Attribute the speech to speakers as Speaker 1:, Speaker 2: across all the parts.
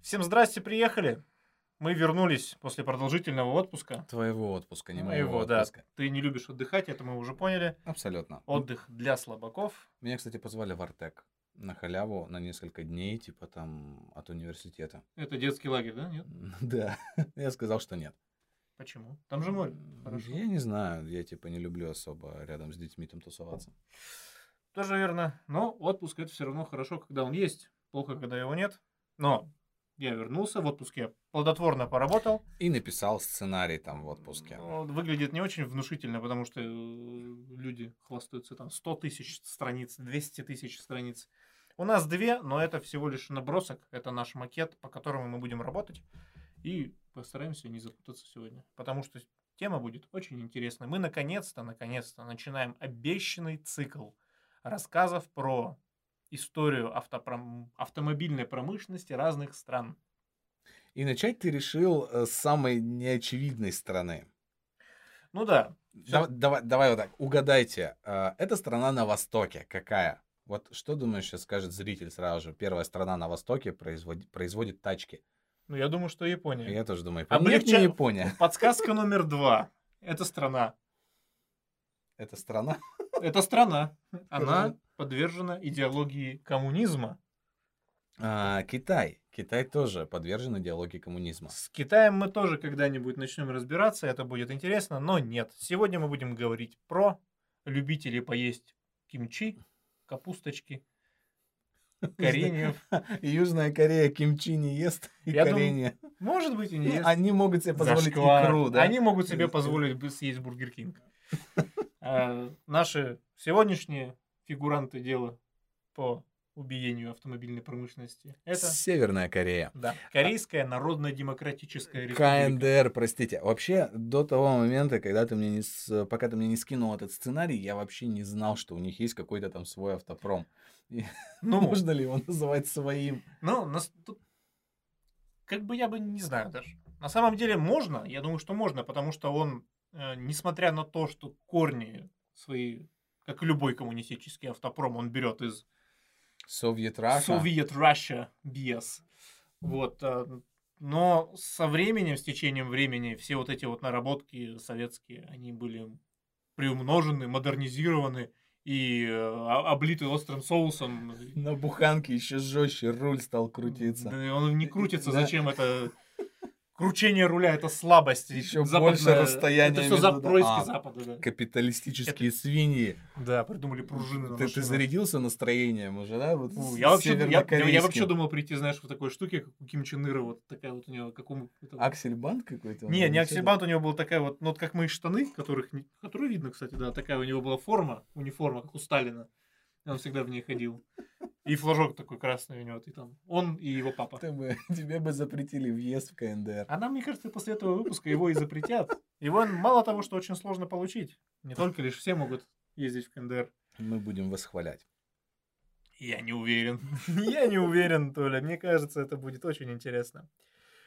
Speaker 1: Всем здрасте, приехали. Мы вернулись после продолжительного отпуска.
Speaker 2: Твоего отпуска, не моего,
Speaker 1: Моего, Ну да.
Speaker 2: отпуска.
Speaker 1: Ты не любишь отдыхать, это мы уже поняли.
Speaker 2: Абсолютно.
Speaker 1: Отдых для слабаков.
Speaker 2: Меня, кстати, позвали в Артек на халяву на несколько дней, типа там от университета.
Speaker 1: Это детский лагерь, да? Нет?
Speaker 2: Да, я сказал, что нет.
Speaker 1: Почему? Там же море.
Speaker 2: М,
Speaker 1: Хорошо.
Speaker 2: Я не знаю, я типа не люблю особо рядом с детьми там тусоваться.
Speaker 1: Тоже верно. Но отпуск это все равно хорошо, когда он есть. Плохо, когда его нет. Но я вернулся, в отпуске я плодотворно поработал.
Speaker 2: И написал сценарий там в отпуске.
Speaker 1: Ну, Выглядит не очень внушительно, потому что э, люди хвастаются там 100 тысяч страниц, 200 тысяч страниц. У нас две, но это всего лишь набросок. Это наш макет, по которому мы будем работать. И постараемся не запутаться сегодня, потому что тема будет очень интересной. Мы наконец-то, наконец-то начинаем обещанный цикл рассказов про историю автопром- автомобильной промышленности разных стран.
Speaker 2: И начать ты решил э, с самой неочевидной стороны.
Speaker 1: Ну да,
Speaker 2: Да- давай, давай вот так, угадайте. э, Эта страна на востоке какая? Вот что, думаешь, сейчас скажет зритель сразу же? Первая страна на востоке производит, производит тачки.
Speaker 1: ну я думаю, что Япония.
Speaker 2: Я тоже думаю,
Speaker 1: А
Speaker 2: Япония. Нет, не
Speaker 1: облегча-
Speaker 2: Япония.
Speaker 1: Подсказка номер два. Это страна.
Speaker 2: Это страна.
Speaker 1: Это страна. Она
Speaker 2: Скажи.
Speaker 1: подвержена идеологии коммунизма.
Speaker 2: А, Китай. Китай тоже подвержен идеологии коммунизма.
Speaker 1: С Китаем мы тоже когда-нибудь начнем разбираться, это будет интересно, но нет. Сегодня мы будем говорить про любителей поесть кимчи, капусточки, кореньев.
Speaker 2: Южная Корея кимчи не ест и
Speaker 1: Я думаю,
Speaker 2: коренье.
Speaker 1: Может быть и не
Speaker 2: Ну,
Speaker 1: ест.
Speaker 2: Они могут себе позволить
Speaker 1: Зашквар.
Speaker 2: икру, да?
Speaker 1: Они могут себе позволить бы съесть Бургер Кинг. А, Наши сегодняшние фигуранты дела по убиению автомобильной промышленности. Это
Speaker 2: Северная Корея.
Speaker 1: Да. Корейская
Speaker 2: Ну,
Speaker 1: народно-демократическая республика.
Speaker 2: КНДР, простите. Вообще, до того момента, когда ты мне не с... пока ты мне не скинул этот сценарий, я вообще не знал, что у них есть какой-то там свой автопром.
Speaker 1: Ну,
Speaker 2: Можно ли его называть своим?
Speaker 1: ну нас тут- как бы я бы не знаю даже. На самом деле можно, я думаю, что можно, потому что он, э, несмотря на то, что корни свои, как и любой коммунистический автопром, он берет из
Speaker 2: Совет Раша.
Speaker 1: Soviet Russia BS. Вот. э, Но со временем, с течением времени, все вот эти вот наработки советские, они были приумножены, модернизированы и э, о- облиты острым соусом.
Speaker 2: На буханке еще жестче руль стал крутиться.
Speaker 1: Да, он не крутится,
Speaker 2: Да.
Speaker 1: зачем это? Кручение руля это слабость.
Speaker 2: Ещё
Speaker 1: Западное-
Speaker 2: больше расстояние
Speaker 1: Это все
Speaker 2: между-
Speaker 1: за
Speaker 2: да.
Speaker 1: происки
Speaker 2: А.
Speaker 1: Запада. Да.
Speaker 2: Капиталистические свиньи.
Speaker 1: Да, придумали пружины. на
Speaker 2: Ты, ты
Speaker 1: машинах.
Speaker 2: зарядился настроением уже, да? Вот
Speaker 1: Ну,
Speaker 2: с-
Speaker 1: я, вообще, я, я- я
Speaker 2: севернокорейским.
Speaker 1: вообще думал прийти, знаешь, в такой штуке, как у Ким Чен Ира, вот такая вот у него, как у... этого-
Speaker 2: Аксельбанд какой-то? он
Speaker 1: Не,
Speaker 2: или
Speaker 1: не
Speaker 2: что-то?
Speaker 1: Аксельбант, у него была такая вот, ну вот как мои штаны, которых, не- которые видно, кстати, да, такая у него была форма, униформа, как у Сталина. И Он всегда в ней ходил. И флажок такой красный у него, и там он и его папа.
Speaker 2: Ты бы- тебе бы запретили въезд в КНДР.
Speaker 1: А нам, мне кажется, после этого выпуска его и запретят. Его мало того, что очень сложно получить. Не только лишь все могут ездить в КНДР.
Speaker 2: Мы будем восхвалять.
Speaker 1: Я не уверен. Я не уверен, Толя. Мне кажется, это будет очень интересно.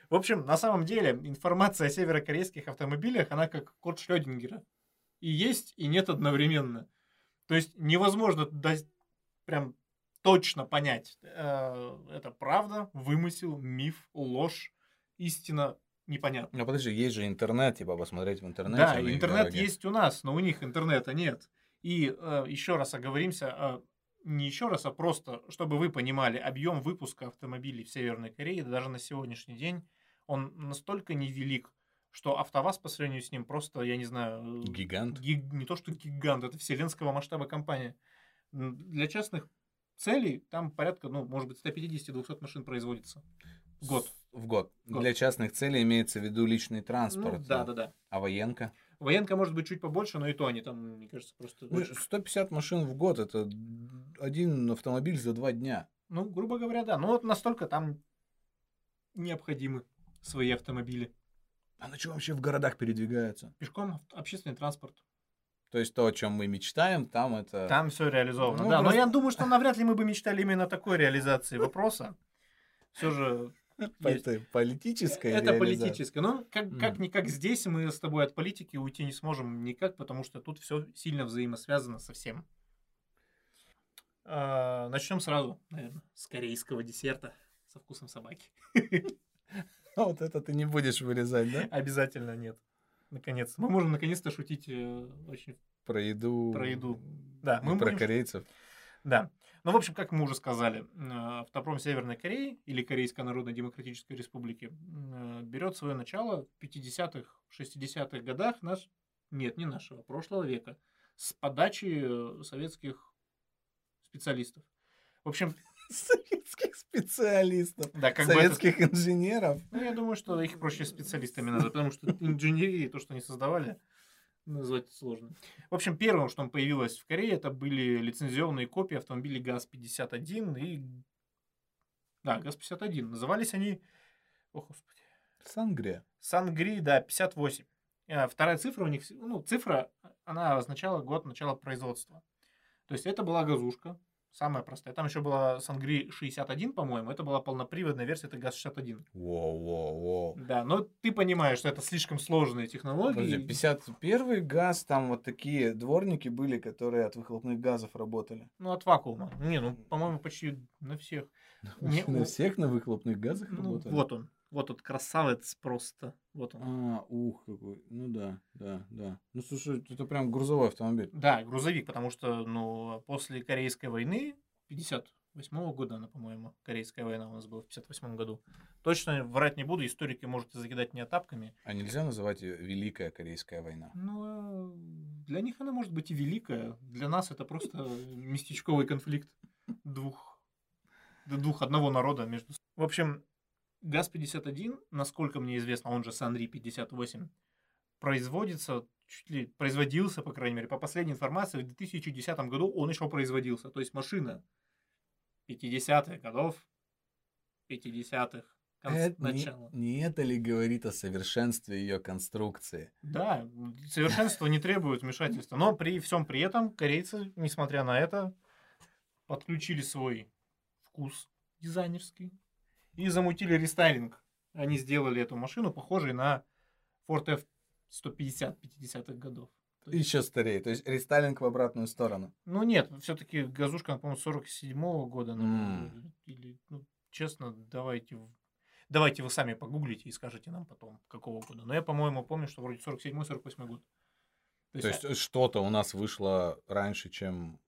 Speaker 1: В общем, на самом деле, информация о северокорейских автомобилях, она как код Шрёдингера. И есть, и нет одновременно. То есть невозможно дос- прям точно понять, э, это правда, вымысел, миф, ложь, истина, непонятно.
Speaker 2: Ну подожди, есть же интернет, типа посмотреть в интернете.
Speaker 1: Да,
Speaker 2: на их
Speaker 1: интернет
Speaker 2: дороге.
Speaker 1: есть у нас, но у них интернета нет. И еще раз оговоримся, э, не еще раз, а просто, чтобы вы понимали, объем выпуска автомобилей в Северной Корее даже на сегодняшний день, он настолько невелик, что АвтоВАЗ по сравнению с ним просто, я не знаю, э,
Speaker 2: Гигант.
Speaker 1: гиг- не то что гигант, это вселенского масштаба компания. М, Для частных целей там порядка, ну, может быть, 150-200 машин производится в год.
Speaker 2: В год.
Speaker 1: Год.
Speaker 2: Для частных целей имеется в виду личный
Speaker 1: Ну,
Speaker 2: транспорт.
Speaker 1: да, да, да.
Speaker 2: А военка?
Speaker 1: Военка может быть чуть побольше, но и то они там, мне кажется, просто...
Speaker 2: Ну, 150 машин в год это один автомобиль за два дня.
Speaker 1: Ну, грубо говоря, да. Ну, вот настолько там необходимы свои автомобили.
Speaker 2: А на чем вообще в городах передвигаются?
Speaker 1: Пешком авт- общественный транспорт.
Speaker 2: То есть то, о чем мы мечтаем, там это...
Speaker 1: Там все реализовано.
Speaker 2: Ну,
Speaker 1: да,
Speaker 2: просто-
Speaker 1: но я думаю, что навряд ли мы бы мечтали именно о такой реализации вопроса. Все же
Speaker 2: по-
Speaker 1: есть.
Speaker 2: это политическая
Speaker 1: это
Speaker 2: реализация.
Speaker 1: политическое. Но как,
Speaker 2: Мгм.
Speaker 1: как никак здесь мы с тобой от политики уйти не сможем никак, потому что тут все сильно взаимосвязано со всем. А, Начнем сразу, наверное, с корейского десерта. со вкусом собаки.
Speaker 2: А Вот это ты не будешь вырезать, да?
Speaker 1: Обязательно нет. Наконец. Мы можем наконец-то шутить э, очень.
Speaker 2: Про еду.
Speaker 1: Про еду. Да,
Speaker 2: и
Speaker 1: мы
Speaker 2: про
Speaker 1: будем
Speaker 2: корейцев.
Speaker 1: Да. Ну, в общем, как мы уже сказали, э, автопром Северной Кореи или Корейской Народно-Демократической Республики э, берет свое начало в 50-х, 60-х годах наш... Нет, не нашего, прошлого века. С подачи э, советских специалистов. В общем,
Speaker 2: Советских специалистов.
Speaker 1: да, как бы это-
Speaker 2: Советских инженеров.
Speaker 1: Ну, я думаю, что их проще специалистами назвать, потому что инженерии, то, что они создавали, назвать сложно. В общем, первым, что появилось в Корее, это были лицензионные копии автомобилей ГАЗ-51 и... Да, ГАЗ-51. Назывались они... О, господи.
Speaker 2: Сангрия.
Speaker 1: Сангри, да, 58. Э, Вторая цифра у них... вс- Ну, цифра, она означала год начала производства. То есть это была газушка, самая простая. Там еще была Сангри 61, по-моему. Это была полноприводная версия, это ГАЗ-61.
Speaker 2: Воу-воу-воу.
Speaker 1: Да, но ты понимаешь, что это слишком сложные технологии.
Speaker 2: Подожди, 51 газ, там вот такие дворники были, которые от выхлопных газов работали.
Speaker 1: Ну, от вакуума. Не, ну, по-моему, почти на всех. Не,
Speaker 2: На
Speaker 1: у-
Speaker 2: всех на выхлопных газах
Speaker 1: Ну,
Speaker 2: работали?
Speaker 1: вот он. Вот он, красавец просто. Вот он.
Speaker 2: А, ух, какой. Ну да, да, да. Ну слушай, это прям грузовой автомобиль.
Speaker 1: Да, грузовик, потому что, ну, после Корейской войны, 58 года она, по-моему, Корейская война у нас была в 58 году. Точно врать не буду, историки можете закидать меня тапками.
Speaker 2: А нельзя называть ее Великая Корейская война?
Speaker 1: Ну, э, для них она может быть и великая. Для нас это просто местечковый конфликт двух, да двух одного народа между... с- В общем, ГАЗ-51, насколько мне известно, он же Санри-58, производится, чуть ли производился, по крайней мере, по последней информации, в 2010 году он еще производился. То есть машина 50-х годов, 50-х, конца,
Speaker 2: Это Э, не,
Speaker 1: начала.
Speaker 2: не это ли говорит о совершенстве ее конструкции?
Speaker 1: Да, совершенство не требует вмешательства. Но при всем при этом корейцы, несмотря на это, подключили свой вкус дизайнерский и замутили рестайлинг. Они сделали эту машину похожей на Ford F-150 50-х годов. То есть-
Speaker 2: Еще старее, то есть рестайлинг в обратную сторону.
Speaker 1: Ну нет, все-таки газушка, она, по-моему, 47 года. она
Speaker 2: М.
Speaker 1: выглядит. Или, ну, честно, давайте... в- Давайте вы сами погуглите и скажете нам потом, какого года. Но я, по-моему, помню, что вроде 47-48 год.
Speaker 2: То есть что-то у нас вышло раньше, чем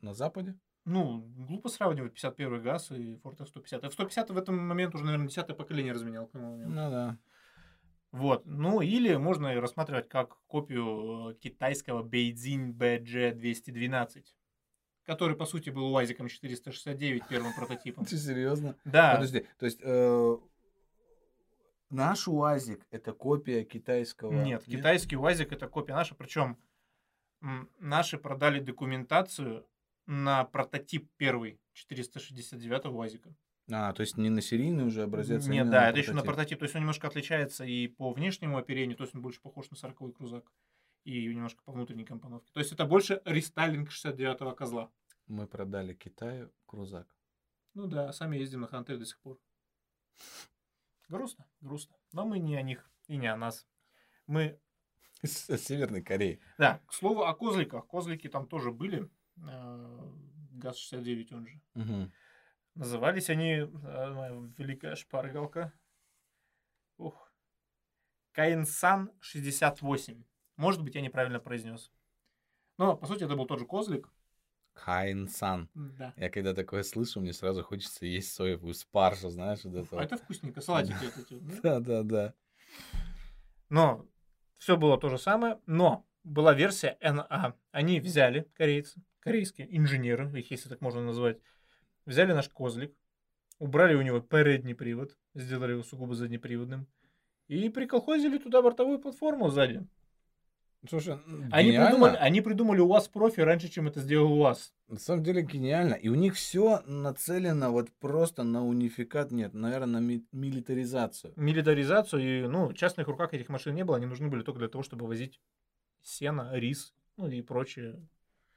Speaker 2: на Западе?
Speaker 1: Ну, глупо сравнивать 51 газ и Ford F-150. F-150 в этом момент уже, наверное, 10 поколение разменял к тому моменту.
Speaker 2: Ну да.
Speaker 1: Вот. Ну, или можно и рассматривать как копию э, китайского Beijing BG212, который, по сути, был УАЗиком 469 первым прототипом.
Speaker 2: Ты серьезно?
Speaker 1: Да,
Speaker 2: Подожди, то есть э, наш УАЗик это копия китайского?
Speaker 1: нет, китайский УАЗик это копия наша, причем м, наши продали документацию на прототип первый 469 УАЗика.
Speaker 2: А, то есть не на серийный уже образец? а
Speaker 1: Нет,
Speaker 2: именно
Speaker 1: да, это еще на
Speaker 2: прототип.
Speaker 1: прототип. То есть он немножко отличается и по внешнему оперению, то есть он больше похож на 40 крузак, и немножко по внутренней компоновке. То есть это больше рестайлинг 69-го козла.
Speaker 2: Мы продали Китаю крузак.
Speaker 1: Ну да, сами ездим на Ханте до сих пор. Грустно, грустно. Но мы не о них и не о нас. Мы...
Speaker 2: Из Северной Кореи.
Speaker 1: Да, к слову о козликах. Козлики там тоже были. Э, ГАЗ-69 он же.
Speaker 2: Мгм.
Speaker 1: Назывались они э, моя великая шпаргалка. Ух. Каинсан 68. Может быть, я неправильно произнес. Но, по сути, это был тот же козлик.
Speaker 2: Хайнсан.
Speaker 1: Да.
Speaker 2: Я когда такое слышу, мне сразу хочется есть соевую спаржу, знаешь, вот это.
Speaker 1: А это вкусненько, салатики вот эти. вот, да?
Speaker 2: Да, да, да.
Speaker 1: Но все было то же самое, но была версия НА. Они взяли, корейцы, корейские инженеры, их если так можно назвать, взяли наш козлик, убрали у него передний привод, сделали его сугубо заднеприводным, и приколхозили туда бортовую платформу сзади.
Speaker 2: Слушай,
Speaker 1: Они
Speaker 2: гениально.
Speaker 1: придумали, а они придумали УАЗ профи раньше, чем это сделал УАЗ.
Speaker 2: На самом деле гениально. И у них все нацелено вот просто на унификат, нет, наверное, на ми- милитаризацию.
Speaker 1: Милитаризацию и, ну, в частных руках этих машин не было, они нужны были только для того, чтобы возить сено, рис, ну и прочее.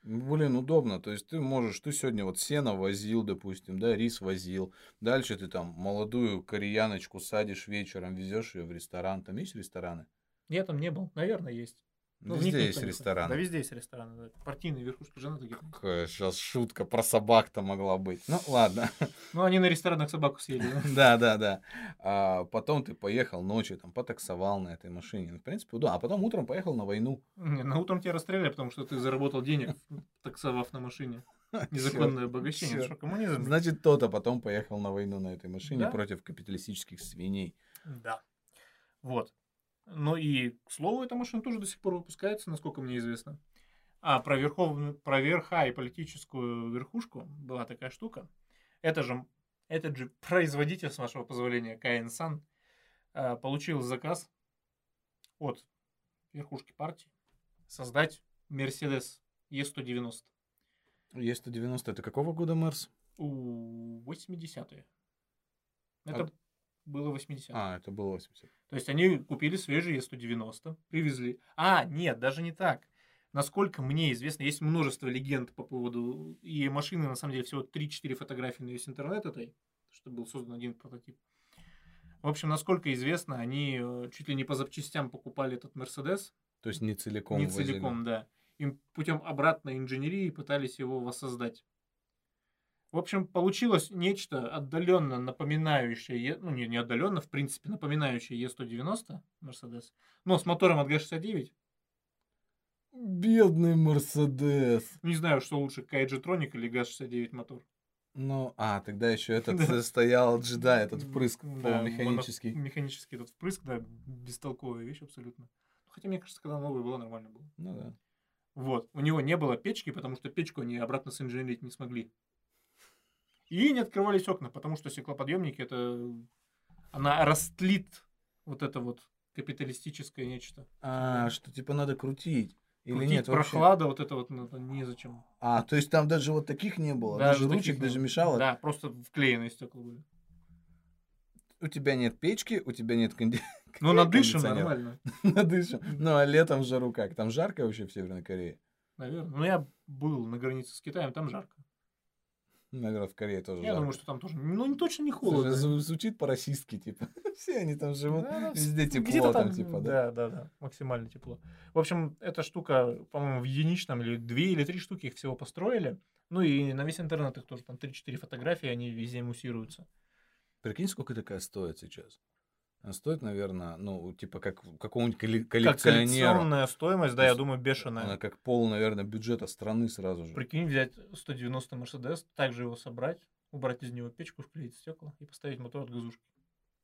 Speaker 2: Блин, удобно. То есть ты можешь, ты сегодня вот сено возил, допустим, да, рис возил. Дальше ты там молодую кореяночку садишь вечером, везешь ее в ресторан. Там есть рестораны?
Speaker 1: Я там не был, наверное, есть.
Speaker 2: Ну,
Speaker 1: Да
Speaker 2: везде
Speaker 1: никто
Speaker 2: есть
Speaker 1: не ходит.
Speaker 2: рестораны.
Speaker 1: Да везде есть рестораны. да. Партийные верхушки жены такие.
Speaker 2: Какая сейчас шутка про собак-то могла быть. Ну, ладно.
Speaker 1: Ну, они на ресторанах собаку съели. да.
Speaker 2: Да, да, да. А потом ты поехал ночью, там, потаксовал на этой машине. Ну, в принципе, удобно. А потом утром поехал на войну.
Speaker 1: Не, на утром тебя расстреляли, потому что ты заработал денег, таксовав на машине. Незаконное обогащение.
Speaker 2: чёрт.
Speaker 1: Что, коммунизм?
Speaker 2: Значит, кто-то потом поехал на войну на этой машине
Speaker 1: Да.
Speaker 2: против капиталистических свиней.
Speaker 1: Да. Вот. Ну и, к слову, эта машина тоже до сих пор выпускается, насколько мне известно. А про, верховную, про верха и политическую верхушку была такая штука. Это же, этот же производитель, с вашего позволения, Каин Сан, э, получил заказ от верхушки партии создать Мерседес Е190.
Speaker 2: Е-190, это какого года, Мерс?
Speaker 1: У 80-е. Это
Speaker 2: От-
Speaker 1: было 80-е.
Speaker 2: А, это было 80.
Speaker 1: То есть они купили свежие Е190, привезли. А, нет, даже не так. Насколько мне известно, есть множество легенд по поводу... И машины, на самом деле, всего 3-4 фотографии на весь интернет этой, что был создан один прототип. В общем, насколько известно, они э, чуть ли не по запчастям покупали этот Мерседес.
Speaker 2: То есть не целиком
Speaker 1: не
Speaker 2: возили.
Speaker 1: целиком, да. Им путем обратной инженерии пытались его воссоздать. В общем, получилось нечто отдаленно напоминающее, Е- ну не, не отдаленно, в принципе, напоминающее Е190 Mercedes, но с мотором от Г69.
Speaker 2: Бедный Мерседес.
Speaker 1: Не знаю, что лучше, Кайджи Троник или г69 мотор.
Speaker 2: Ну, а, тогда еще этот
Speaker 1: Да.
Speaker 2: э, стоял джедай, этот
Speaker 1: М,
Speaker 2: впрыск
Speaker 1: да,
Speaker 2: полумеханический.
Speaker 1: моно- Механический этот впрыск, да, бестолковая вещь абсолютно. Ну, Хотя, мне кажется, когда новый было, нормально было.
Speaker 2: Ну да.
Speaker 1: Вот. У него не было печки, потому что печку они обратно соинженерить не смогли. И не открывались окна, потому что стеклоподъемники это... Она растлит вот это вот капиталистическое нечто.
Speaker 2: А, что типа надо крутить. Или
Speaker 1: Крутить
Speaker 2: нет, вообще?
Speaker 1: прохлада вот это вот ну, это незачем.
Speaker 2: А, то есть там даже вот таких не было, даже,
Speaker 1: таких
Speaker 2: ручек,
Speaker 1: не
Speaker 2: даже
Speaker 1: было.
Speaker 2: мешало.
Speaker 1: Да, просто вклеенные стекла были.
Speaker 2: У тебя нет печки, у тебя нет конди...
Speaker 1: Но надышим
Speaker 2: кондиционер.
Speaker 1: Ну, нормально,
Speaker 2: надышим. Ну а летом жару как? Там жарко вообще в Северной Корее?
Speaker 1: наверное. Но Ну, я был на границе с Китаем, там жарко.
Speaker 2: Наверное, Ну, в Корее тоже
Speaker 1: Я
Speaker 2: жарко.
Speaker 1: думаю, что там тоже, ну, не точно не
Speaker 2: Слушай,
Speaker 1: холодно.
Speaker 2: зв- звучит по-российски, типа. Все они там живут.
Speaker 1: Да, ну,
Speaker 2: Везде
Speaker 1: Ну,
Speaker 2: тепло там, типа,
Speaker 1: Да,
Speaker 2: да.
Speaker 1: да, да, максимально тепло. В общем, эта штука, по-моему, в единичном или две или три штуки их всего построили. Ну и на весь интернет их тоже там 3-4 фотографии, они везде муссируются.
Speaker 2: Прикинь, сколько такая стоит сейчас. Она стоит, наверное, ну, типа, как у какого-нибудь колле- коллекционера.
Speaker 1: коллекционная стоимость,
Speaker 2: То
Speaker 1: да, я
Speaker 2: есть
Speaker 1: думаю,
Speaker 2: Она
Speaker 1: бешеная.
Speaker 2: как пол, наверное, бюджета страны сразу же.
Speaker 1: Прикинь, взять 190 Мерседес, также его собрать, убрать из него печку, вклеить стекла и поставить мотор от газушки.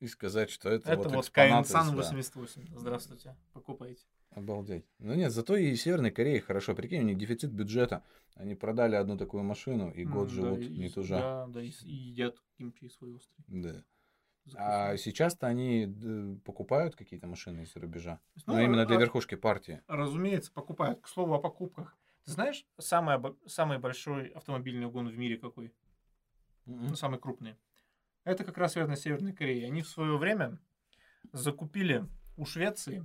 Speaker 2: И сказать, что это,
Speaker 1: Это
Speaker 2: вот,
Speaker 1: вот
Speaker 2: экспонат из-
Speaker 1: Каинсан
Speaker 2: да.
Speaker 1: 88. Здравствуйте, покупайте.
Speaker 2: Обалдеть. Ну нет, зато и в Северной Корее хорошо. Прикинь, у них дефицит бюджета. Они продали одну такую машину и
Speaker 1: М,
Speaker 2: год
Speaker 1: да,
Speaker 2: живут
Speaker 1: и-
Speaker 2: не тужа.
Speaker 1: Да, да, и, с- и едят кимчи свой острый.
Speaker 2: Да. А
Speaker 1: Закусывают.
Speaker 2: сейчас-то они д- покупают какие-то машины из-за рубежа. Но
Speaker 1: Ну,
Speaker 2: именно для
Speaker 1: а-
Speaker 2: верхушки партии.
Speaker 1: Разумеется, покупают. К слову о покупках. Ты знаешь, самый, обо- самый большой автомобильный угон в мире какой?
Speaker 2: Мгм.
Speaker 1: Ну, самый крупный. Это как раз верно Северной Кореи. Они в свое время закупили у Швеции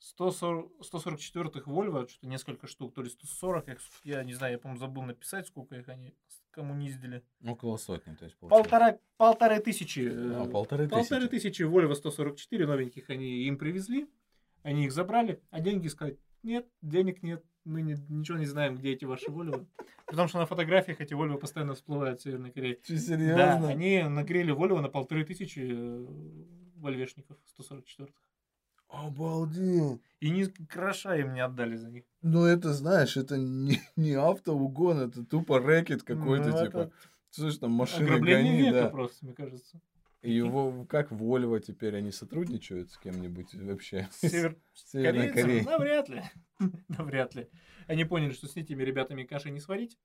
Speaker 1: 140, 144-х Volvo, что-то несколько штук, то ли 140, их, я не знаю, я, по-моему, забыл написать, сколько их они с- кому не издали.
Speaker 2: Около сотни, то есть получается.
Speaker 1: Полтора, полторы тысячи. э,
Speaker 2: А, полторы тысячи.
Speaker 1: Полторы тысячи Volvo 144 новеньких они им привезли, они их забрали, а деньги сказать, нет, денег нет, мы не- ничего не знаем, где эти ваши Volvo. Потому что на фотографиях эти Volvo постоянно всплывают в Северной Корее.
Speaker 2: Чё,
Speaker 1: Да,
Speaker 2: серьезно?
Speaker 1: они нагрели Volvo на полторы тысячи э, вольвешников 144
Speaker 2: Обалдеть.
Speaker 1: И ни гроша им не отдали за них.
Speaker 2: Ну это, знаешь, это не, не автоугон, это тупо рэкет какой-то,
Speaker 1: Ну, это
Speaker 2: типа. Слушай, там машины
Speaker 1: Ограбление
Speaker 2: гони,
Speaker 1: века
Speaker 2: да.
Speaker 1: просто, мне кажется.
Speaker 2: И его, как Вольво теперь, они сотрудничают с кем-нибудь вообще?
Speaker 1: С Север...
Speaker 2: С Северной Кореей.
Speaker 1: Навряд ли. Навряд ли. Они поняли, что с этими ребятами каши не сварить.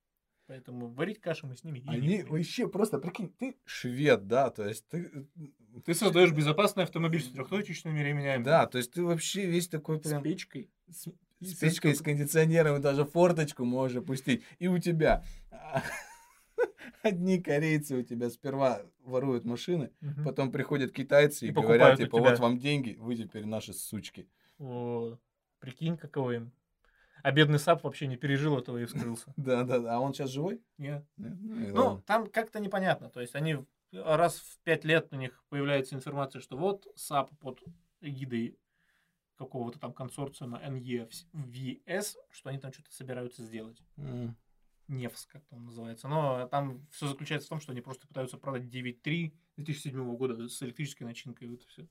Speaker 1: Поэтому варить кашу мы с ними и не
Speaker 2: Они
Speaker 1: будем.
Speaker 2: вообще просто, прикинь, ты швед, да, то есть ты... э,
Speaker 1: Ты создаешь безопасный автомобиль с трехточечными ремнями.
Speaker 2: Да, то есть ты вообще весь такой
Speaker 1: С
Speaker 2: прям...
Speaker 1: печкой.
Speaker 2: С, с печкой, с
Speaker 1: С-
Speaker 2: кондиционером, и даже форточку можешь опустить. И у тебя... а, Одни корейцы у тебя сперва воруют машины,
Speaker 1: Мгм.
Speaker 2: потом приходят китайцы и,
Speaker 1: И
Speaker 2: говорят,
Speaker 1: покупают у
Speaker 2: типа,
Speaker 1: тебя.
Speaker 2: вот вам деньги, вы теперь наши сучки.
Speaker 1: О, Прикинь, каково им. А бедный Сап вообще не пережил этого и вскрылся.
Speaker 2: Да-да-да, а он сейчас живой?
Speaker 1: Нет.
Speaker 2: Нет? Ну, и
Speaker 1: Ну,
Speaker 2: ладно.
Speaker 1: там как-то непонятно. То есть они в- раз в пять лет у них появляется информация, что вот САП под эгидой какого-то там консорциума NEVS, что они там что-то собираются сделать.
Speaker 2: М,
Speaker 1: Невс, как он называется. Но там все заключается в том, что они просто пытаются продать 9.3 2007 года с электрической начинкой. Вот все.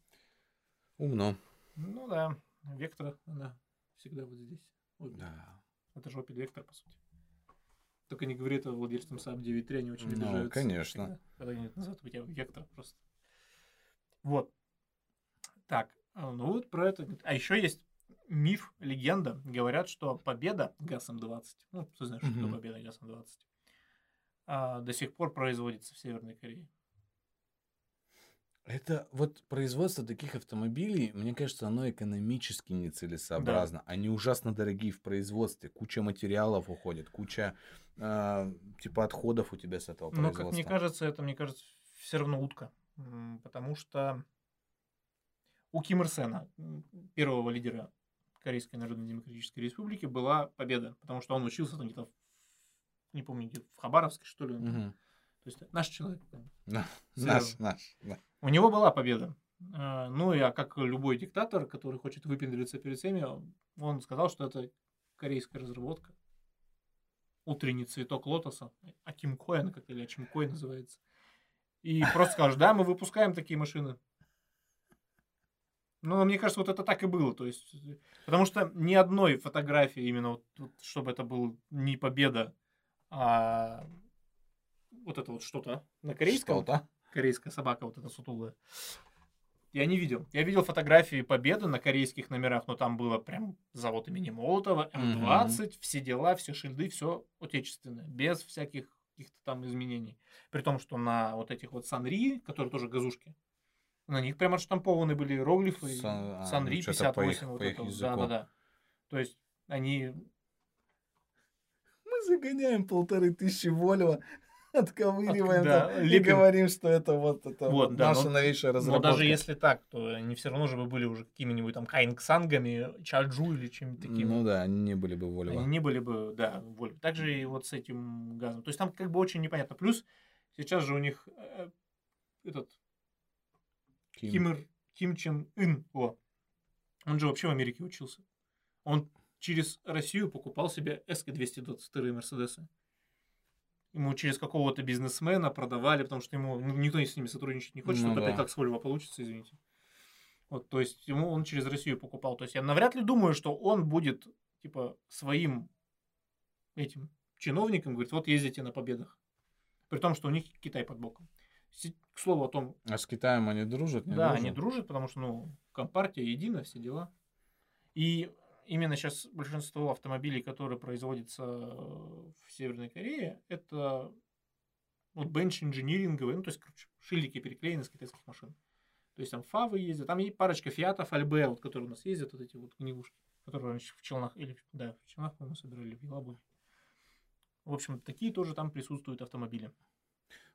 Speaker 2: Умно.
Speaker 1: Ну да, вектор, она всегда вот здесь. Вот.
Speaker 2: Да.
Speaker 1: Это же Opel вектор, по сути. Только не говори это владельцам Saab 9.3, они очень
Speaker 2: Ну,
Speaker 1: обижаются.
Speaker 2: конечно.
Speaker 1: всегда, Когда они это называют у тебя вектор просто. Вот. Так, а, ну вот про это. А еще есть миф, легенда. Говорят, что победа ГАЗ-М20, ну, ты знаешь, что
Speaker 2: Мгм.
Speaker 1: такое победа ГАЗ-М20, а, до сих пор производится в Северной Корее.
Speaker 2: Это вот производство таких автомобилей, мне кажется, оно экономически нецелесообразно. Они ужасно дорогие в производстве. Куча материалов уходит, куча э, типа отходов у тебя с этого
Speaker 1: Но,
Speaker 2: производства.
Speaker 1: Ну, как мне кажется, это, мне кажется, все равно утка. М, Потому что у Ким Ир Сена, м, первого лидера Корейской Народно-Демократической Республики, была победа. Потому что он учился там где-то, в- не помню, где, в Хабаровске, что ли. он там.
Speaker 2: Мгм.
Speaker 1: То есть наш человек.
Speaker 2: Да,
Speaker 1: Серьёзно.
Speaker 2: Наш, наш. да.
Speaker 1: У него была победа. Э, Ну, я, как любой диктатор, который хочет выпендриться перед всеми, он сказал, что это корейская разработка. Утренний цветок лотоса. Акимкоин, как или Ачимкой называется. И просто скажешь, да, мы выпускаем такие машины. Ну, мне кажется, вот это так и было. То есть, э, потому что ни одной фотографии, именно вот, вот чтобы это был не победа, а вот это вот что-то на корейском
Speaker 2: Что-то.
Speaker 1: корейская собака вот эта сутулая. Я не видел. Я видел фотографии Победы на корейских номерах, но там было прям завод имени Молотова, М-20, все дела, все шильды, все отечественное, без всяких каких-то там изменений. При том, что на вот этих вот Санри, которые тоже газушки, на них прям отштампованы были иероглифы. и
Speaker 2: Сан- а,
Speaker 1: Санри
Speaker 2: ну, чё-то по
Speaker 1: 58.
Speaker 2: их-
Speaker 1: вот
Speaker 2: по их
Speaker 1: это вот.
Speaker 2: языку.
Speaker 1: Да-да-да. То есть они... ну,
Speaker 2: Мы загоняем полторы тысячи Вольво, отковыриваем
Speaker 1: Да,
Speaker 2: там и
Speaker 1: лепим.
Speaker 2: говорим, что это вот это
Speaker 1: Вот,
Speaker 2: вот
Speaker 1: да,
Speaker 2: наша
Speaker 1: но-
Speaker 2: новейшая
Speaker 1: Но
Speaker 2: разработка.
Speaker 1: даже если так, то они все равно же бы были уже какими-нибудь там Кайнксангами, Чальджу или чем-то таким.
Speaker 2: Ну да, они не были бы Вольво.
Speaker 1: Они не были бы, да, Вольво. Также и вот с этим газом. То есть там как бы очень непонятно. Плюс сейчас же у них э, этот
Speaker 2: Ким.
Speaker 1: Ким, Ир- Ким Чен Ын, о, он же вообще в Америке учился. Он через Россию покупал себе СК-222 Мерседесы. Ему через какого-то бизнесмена продавали, потому что ему ну, никто с ними сотрудничать не хочет.
Speaker 2: Ну
Speaker 1: вот
Speaker 2: да.
Speaker 1: опять как с Вольво получится, извините. Вот, то есть ему он через Россию покупал. То есть я навряд ли думаю, что он будет типа своим этим чиновникам говорит, вот ездите на победах. При том, что у них Китай под боком. Си- К слову о том,
Speaker 2: А с Китаем они дружат, не
Speaker 1: да,
Speaker 2: дружат?
Speaker 1: они дружат, потому что, ну, компартия едина, все дела. И именно сейчас большинство автомобилей, которые производятся э, в Северной Корее, это вот бенч инжиниринговые, ну, то есть, короче, шильдики переклеены с китайских машин. То есть там фавы ездят, там и парочка фиатов, альбе, вот, которые у нас ездят, вот эти вот гнилушки, которые раньше в Челнах, или, да, в Челнах, по-моему, собирали, в Елабуге. В общем, такие тоже там присутствуют автомобили.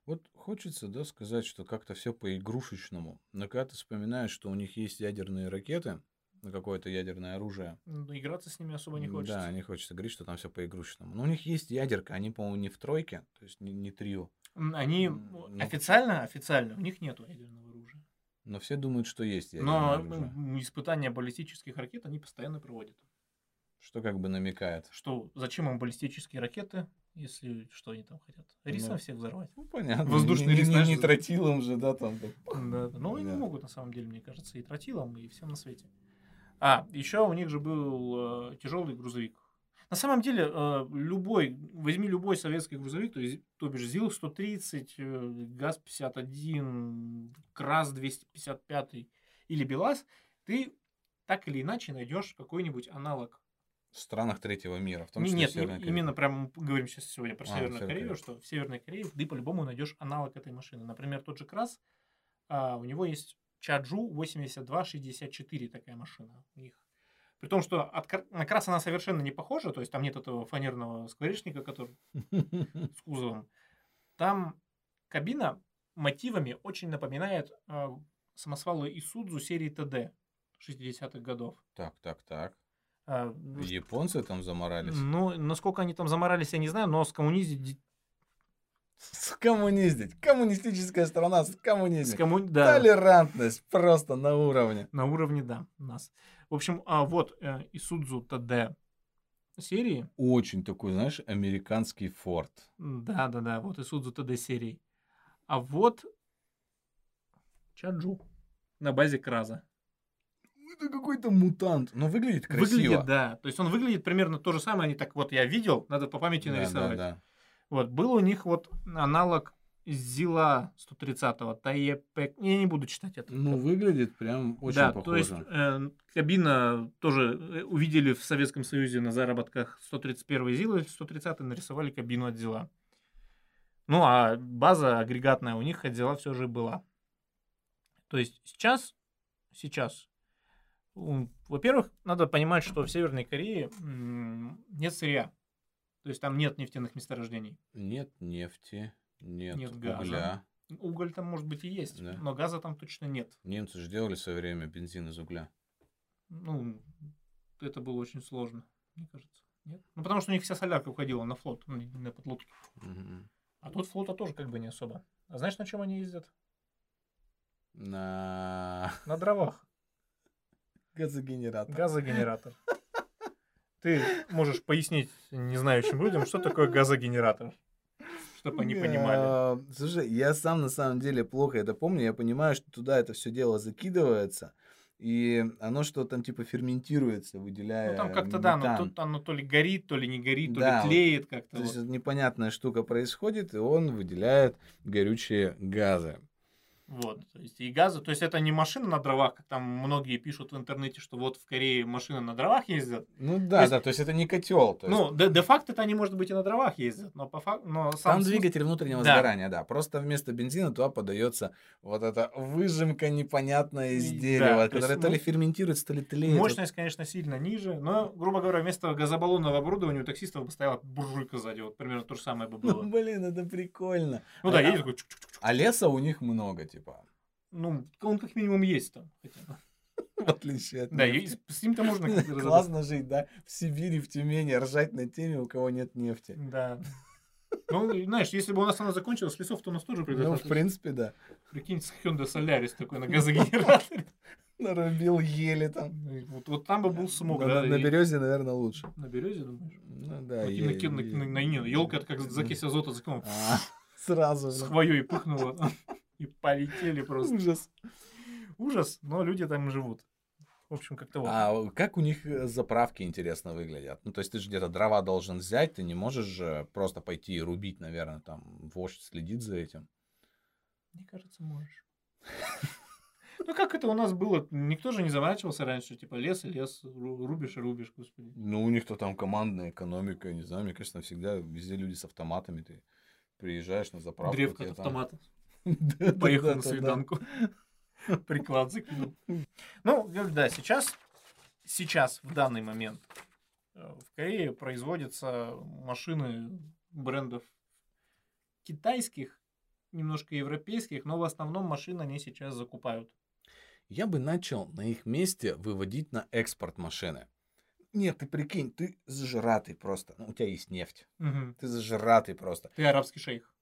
Speaker 2: Вот хочется, да, сказать, что как-то все по-игрушечному. Но когда ты вспоминаешь, что у них есть ядерные ракеты, ну, какое-то ядерное оружие,
Speaker 1: Ну, Играться с ними особо не
Speaker 2: м,
Speaker 1: хочется.
Speaker 2: Да, не хочется говорить, что там все по-игрушечному. Но у них есть ядерка, они, по-моему, не в тройке, то есть не, не трио.
Speaker 1: М, Они
Speaker 2: М,
Speaker 1: о,
Speaker 2: ну.
Speaker 1: официально, официально, у них нету ядерного оружия.
Speaker 2: Но все думают, что есть ядерное
Speaker 1: Но
Speaker 2: оружие.
Speaker 1: м, испытания баллистических ракет они постоянно проводят.
Speaker 2: Что как бы намекает.
Speaker 1: Что, зачем им баллистические ракеты, если что они там хотят? Рисом
Speaker 2: Ну.
Speaker 1: всех взорвать.
Speaker 2: Ну, понятно.
Speaker 1: Воздушный
Speaker 2: не,
Speaker 1: лист,
Speaker 2: не-
Speaker 1: знаешь,
Speaker 2: не
Speaker 1: за-
Speaker 2: тротилом же, да, там. так.
Speaker 1: Да, да. Но Ну, они
Speaker 2: Да.
Speaker 1: могут, на самом деле, мне кажется, и тротилом, и всем на свете. А, еще у них же был тяжелый грузовик. На самом деле, э, любой, возьми любой советский грузовик, то, есть, то бишь ЗИЛ-130, э, ГАЗ-51, КРАЗ-255 или БелАЗ, ты так или иначе найдешь какой-нибудь аналог
Speaker 2: В странах третьего мира, в том
Speaker 1: Не-
Speaker 2: числе
Speaker 1: Нет, ну, не-
Speaker 2: в Северной Корее.
Speaker 1: именно прям мы говорим сейчас сегодня про
Speaker 2: А,
Speaker 1: Северную
Speaker 2: Северная
Speaker 1: Корею,
Speaker 2: Корея.
Speaker 1: что в Северной Корее ты по-любому найдешь аналог этой машины. Например, тот же КРАС, а, у него есть Чаджу 8264 такая машина у них. При том, что от, Кра- на КРАС она совершенно не похожа, то есть там нет этого фанерного скворечника, который с кузовом. Там кабина мотивами очень напоминает э, самосвалы Исудзу серии ТД 60-х годов.
Speaker 2: Так, так, так.
Speaker 1: А,
Speaker 2: Японцы там заморались.
Speaker 1: ну, насколько они там заморались, я не знаю, но скоммунизить...
Speaker 2: Скоммуниздить. Коммунистическая страна с
Speaker 1: С
Speaker 2: коммунизмом.
Speaker 1: да,
Speaker 2: Толерантность просто на уровне.
Speaker 1: на уровне, да, нас. В общем, а, вот э, Исудзу ТД серии.
Speaker 2: Очень такой, знаешь, американский Форд.
Speaker 1: Да, да, да, вот Исудзу ТД серии. А вот Чаджу на базе Краза.
Speaker 2: Ну, Это какой-то мутант, но выглядит красиво.
Speaker 1: Выглядит, да. То есть он выглядит примерно то же самое. Они так вот я видел, надо по памяти нарисовать.
Speaker 2: да.
Speaker 1: Вот, был у них вот аналог Зила 130-го, Таепек. Я не буду читать это.
Speaker 2: Ну, выглядит прям очень
Speaker 1: да, то
Speaker 2: похоже.
Speaker 1: есть э, кабина тоже э, увидели в Советском Союзе на заработках 131 ЗИЛ и 130 нарисовали кабину от ЗИЛа. Ну, а база агрегатная у них от ЗИЛа все же была. То есть сейчас, сейчас, м, во-первых, надо понимать, что в Северной Корее м, нет сырья. То есть там нет нефтяных месторождений.
Speaker 2: Нет нефти, нет,
Speaker 1: Нет газа.
Speaker 2: угля.
Speaker 1: Уголь там, может быть, и есть,
Speaker 2: Да.
Speaker 1: но газа там точно нет.
Speaker 2: Немцы же делали в свое время бензин из угля.
Speaker 1: Ну, это было очень сложно, мне кажется. Нет? Ну, потому что у них вся солярка уходила на флот, ну, на подлодки.
Speaker 2: Мгм.
Speaker 1: А тут флота тоже как бы не особо. А знаешь, на чем они ездят?
Speaker 2: На
Speaker 1: На дровах.
Speaker 2: газогенератор.
Speaker 1: Газогенератор. Ты можешь пояснить незнающим людям, что такое газогенератор. Чтобы они понимали.
Speaker 2: Да. э, Слушай, я сам на самом деле плохо это помню. Я понимаю, что туда это все дело закидывается, и оно что там типа ферментируется, выделяя
Speaker 1: Ну, там как-то, да, но
Speaker 2: метан.
Speaker 1: тут оно то ли горит, то ли не горит, то
Speaker 2: Да,
Speaker 1: ли
Speaker 2: вот.
Speaker 1: тлеет как-то.
Speaker 2: То есть
Speaker 1: вот.
Speaker 2: это непонятная штука происходит, и он выделяет горючие газы.
Speaker 1: Вот, то есть и газы. То есть это не машина на дровах, как там многие пишут в интернете, что вот в Корее машины на дровах ездят.
Speaker 2: Ну
Speaker 1: То
Speaker 2: да,
Speaker 1: есть-
Speaker 2: да, то есть это не котел. то есть
Speaker 1: Ну, де, факто это они, может быть, и на дровах ездят, но по факту... Но сам
Speaker 2: Там
Speaker 1: смысл-
Speaker 2: двигатель внутреннего
Speaker 1: Да.
Speaker 2: сгорания, да. Просто вместо бензина туда подается вот эта выжимка непонятная из
Speaker 1: И-
Speaker 2: дерева,
Speaker 1: да, то есть
Speaker 2: которая то ли
Speaker 1: му-
Speaker 2: ферментируется, то ли тлеет.
Speaker 1: Мощность, конечно, сильно ниже, но, грубо говоря, вместо газобаллонного оборудования у таксистов бы стояла буржуйка сзади. Вот примерно то же самое бы
Speaker 2: Ну,
Speaker 1: было.
Speaker 2: блин, это прикольно.
Speaker 1: Ну да,
Speaker 2: а-
Speaker 1: едет такой... чук-чук-чук.
Speaker 2: А леса у них много, типа.
Speaker 1: Ну, он как минимум есть там. хотя бы.
Speaker 2: В отличие от
Speaker 1: Да,
Speaker 2: них.
Speaker 1: и с с ним-то можно как-то разобраться.
Speaker 2: Ну, Классно жить, да? В Сибири, в Тюмени, ржать на теме, у кого нет нефти.
Speaker 1: Да. Ну, и, знаешь, если бы у нас она закончилась, лесов, то у нас тоже
Speaker 2: Ну, в
Speaker 1: предоставили.
Speaker 2: принципе, да.
Speaker 1: Прикинь, с Hyundai Solaris такой на газогенераторе.
Speaker 2: Нарубил ели там.
Speaker 1: Вот вот там бы был смог,
Speaker 2: На-
Speaker 1: да.
Speaker 2: На
Speaker 1: и-
Speaker 2: березе, наверное, лучше.
Speaker 1: На березе, думаешь?
Speaker 2: Ну да.
Speaker 1: Вот и
Speaker 2: е-
Speaker 1: на,
Speaker 2: е-
Speaker 1: елка это как закись азота за кем
Speaker 2: А, Сразу
Speaker 1: с
Speaker 2: же.
Speaker 1: хвоей пыхнула. И полетели просто.
Speaker 2: Ужас.
Speaker 1: Ужас, но люди там живут. В общем, как-то вот.
Speaker 2: А как у них э, заправки интересно выглядят? Ну, то есть ты же где-то дрова должен взять, ты не можешь же просто пойти и рубить, наверное, там вождь следит за этим.
Speaker 1: Мне кажется, можешь. Ну, как это у нас было? Никто же не заморачивался раньше. Типа, лес и лес, ру- рубишь и рубишь, господи.
Speaker 2: Ну, у них-то там командная экономика, не знаю, мне кажется, всегда везде люди с автоматами, ты приезжаешь на заправку.
Speaker 1: Древко
Speaker 2: тебе
Speaker 1: от
Speaker 2: там-
Speaker 1: автомата.
Speaker 2: Да, да,
Speaker 1: Поехал
Speaker 2: да,
Speaker 1: на
Speaker 2: да, да.
Speaker 1: свиданку. Приклад закинул. Ну, как да, сейчас, сейчас, в данный момент, э, в Корее производятся машины брендов китайских, немножко европейских, но в основном машины они сейчас закупают.
Speaker 2: Я бы начал на их месте выводить на экспорт машины. Нет, ты прикинь, ты зажратый просто. Ну, у тебя есть нефть. Ты зажратый просто. А
Speaker 1: Ты арабский шейх.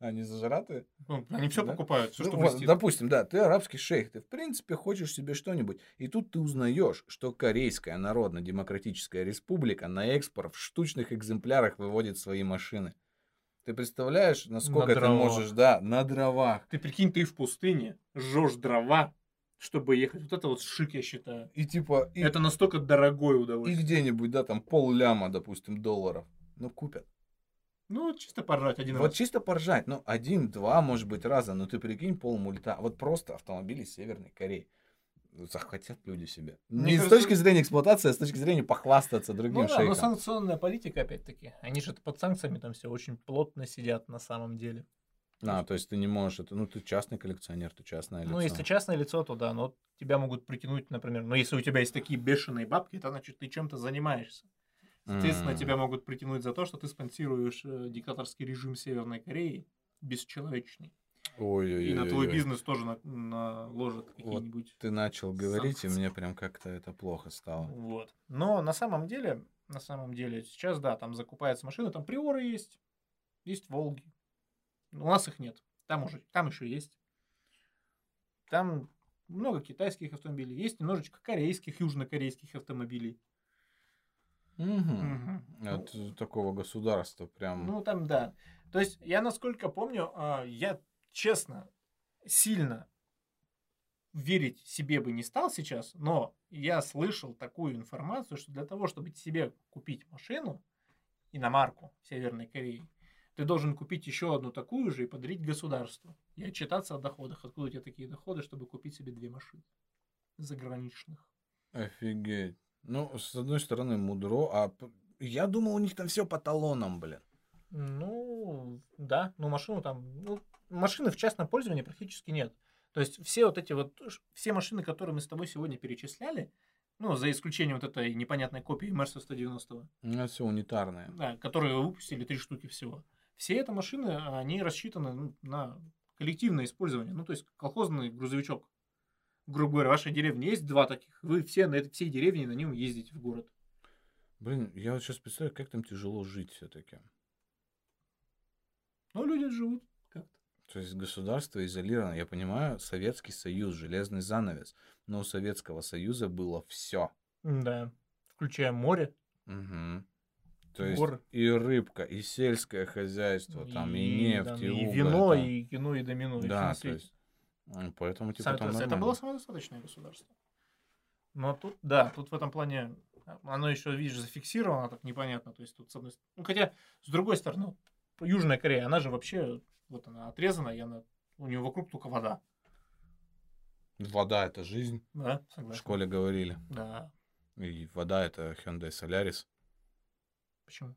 Speaker 2: Они зажратые?
Speaker 1: Ну, Они все
Speaker 2: Да.
Speaker 1: покупают, все,
Speaker 2: Ну,
Speaker 1: что
Speaker 2: вот,
Speaker 1: блестит.
Speaker 2: допустим, да, ты арабский шейх, ты в принципе хочешь себе что-нибудь, и тут ты узнаешь, что Корейская Народно-Демократическая Республика на экспорт в штучных экземплярах выводит свои машины. Ты представляешь, насколько ты
Speaker 1: дровах.
Speaker 2: можешь, да, на дровах.
Speaker 1: Ты прикинь, ты в пустыне жжешь дрова, чтобы ехать. Вот это вот шик, я считаю.
Speaker 2: И типа, и,
Speaker 1: Это настолько дорогое
Speaker 2: и
Speaker 1: удовольствие.
Speaker 2: где-нибудь, да, там пол ляма, допустим, долларов. Ну, купят.
Speaker 1: Ну, чисто поржать один
Speaker 2: вот
Speaker 1: раз.
Speaker 2: чисто поржать, ну, один-два, может быть, раза, но ты прикинь, пол мульта. Вот просто автомобили Северной Кореи. Захотят люди себе.
Speaker 1: Мне
Speaker 2: Не
Speaker 1: кажется-
Speaker 2: с точки зрения эксплуатации, а с точки зрения похвастаться другим
Speaker 1: Ну да, но
Speaker 2: шейхом.
Speaker 1: санкционная политика, опять-таки. Они же под санкциями там все очень плотно сидят на самом деле.
Speaker 2: А, то есть ты не можешь это. Ну, ты частный коллекционер, ты частное лицо.
Speaker 1: Ну, если частное лицо, то да, но тебя могут притянуть, например. Но если у тебя есть такие бешеные бабки, это значит, ты чем-то занимаешься. Соответственно,
Speaker 2: М.
Speaker 1: тебя могут притянуть за то, что ты спонсируешь э, диктаторский режим Северной Кореи бесчеловечный.
Speaker 2: Ой-ой-ой.
Speaker 1: И на твой бизнес тоже на- наложат какие-нибудь.
Speaker 2: Ты начал говорить, и
Speaker 1: санкции.
Speaker 2: мне прям как-то это плохо стало.
Speaker 1: Вот. Но на самом деле, на самом деле, сейчас, да, там закупаются машины, там приоры есть, есть Волги. У нас их нет. Там уже, там еще есть. Там Много китайских автомобилей, есть немножечко корейских, южнокорейских автомобилей.
Speaker 2: Мгм.
Speaker 1: Мгм. Ну,
Speaker 2: От такого государства прям.
Speaker 1: Ну, там, да. То есть, я насколько помню, а, я честно, сильно верить себе бы не стал сейчас, но я слышал такую информацию, что для того, чтобы себе купить машину, иномарку в Северной Корее, ты должен купить еще одну такую же и подарить государству. И отчитаться о доходах. Откуда у тебя такие доходы, чтобы купить себе две машины заграничных?
Speaker 2: Офигеть. Ну, с одной стороны, мудро, а п- я думал, у них там все по талонам, блин.
Speaker 1: Ну, да, но машину там, ну, машины в частном пользовании практически нет. То есть все вот эти вот, ш- все машины, которые мы с тобой сегодня перечисляли, ну, за исключением вот этой непонятной копии Мерса 190,
Speaker 2: У меня все унитарное.
Speaker 1: да, которые выпустили три штуки всего, все эти машины, они рассчитаны ну, на коллективное использование, ну, то есть колхозный грузовичок. Грубо говоря, в вашей деревне есть два таких, вы все на этой всей деревне на нем ездите в город.
Speaker 2: Блин, я вот сейчас представляю, как там тяжело жить все-таки.
Speaker 1: Но люди живут как-то.
Speaker 2: То есть государство изолировано. Я понимаю, Советский Союз, железный занавес. Но у Советского Союза было все.
Speaker 1: Да, включая море,
Speaker 2: То есть
Speaker 1: Горы.
Speaker 2: и рыбка, и сельское хозяйство, там и, нефть,
Speaker 1: там,
Speaker 2: и,
Speaker 1: Ну, и
Speaker 2: уголь,
Speaker 1: вино,
Speaker 2: там.
Speaker 1: и кино, и домино. и всё
Speaker 2: Да,
Speaker 1: на
Speaker 2: то
Speaker 1: свете.
Speaker 2: есть. м, Поэтому типа там
Speaker 1: Соответственно, это
Speaker 2: нормально.
Speaker 1: было самодостаточное государство. Но тут, да, тут в этом плане а, оно еще, видишь, зафиксировано так непонятно. То есть тут, с одной стороны... Ну, хотя, с другой стороны, Южная Корея, она же вообще, вот она отрезана, и она, у нее вокруг только вода.
Speaker 2: Вода это жизнь.
Speaker 1: Да,
Speaker 2: В
Speaker 1: согласен.
Speaker 2: школе говорили.
Speaker 1: Да.
Speaker 2: И вода это Hyundai Solaris.
Speaker 1: Почему?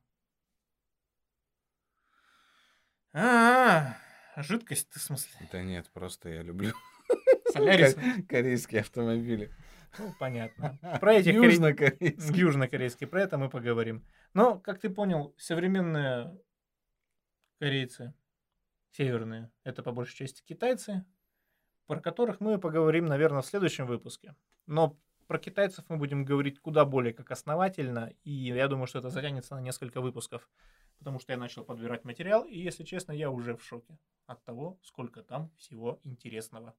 Speaker 1: А, жидкость, ты в смысле?
Speaker 2: Да нет, просто я люблю
Speaker 1: Солярис?
Speaker 2: корейские автомобили.
Speaker 1: Ну, понятно. Про этих коре- с
Speaker 2: Южнокорейские.
Speaker 1: южнокорейский, про это мы поговорим. Но, как ты понял, современные корейцы, северные, это по большей части китайцы, про которых мы поговорим, наверное, в следующем выпуске. Но про китайцев мы будем говорить куда более как основательно, и я думаю, что это затянется на несколько выпусков, потому что я начал подбирать материал, и, если честно, я уже в шоке от того, сколько там всего интересного.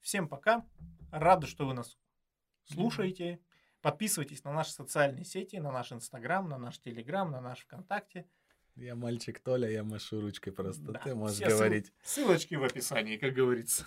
Speaker 1: Всем пока. Рады, что вы нас слушаете. Подписывайтесь на наши социальные сети, на наш Инстаграм, на наш Телеграм, на наш ВКонтакте.
Speaker 2: Я мальчик Толя, я машу ручкой просто.
Speaker 1: Да,
Speaker 2: Ты можешь
Speaker 1: все ссыл-
Speaker 2: говорить.
Speaker 1: Ссылочки в описании, как говорится.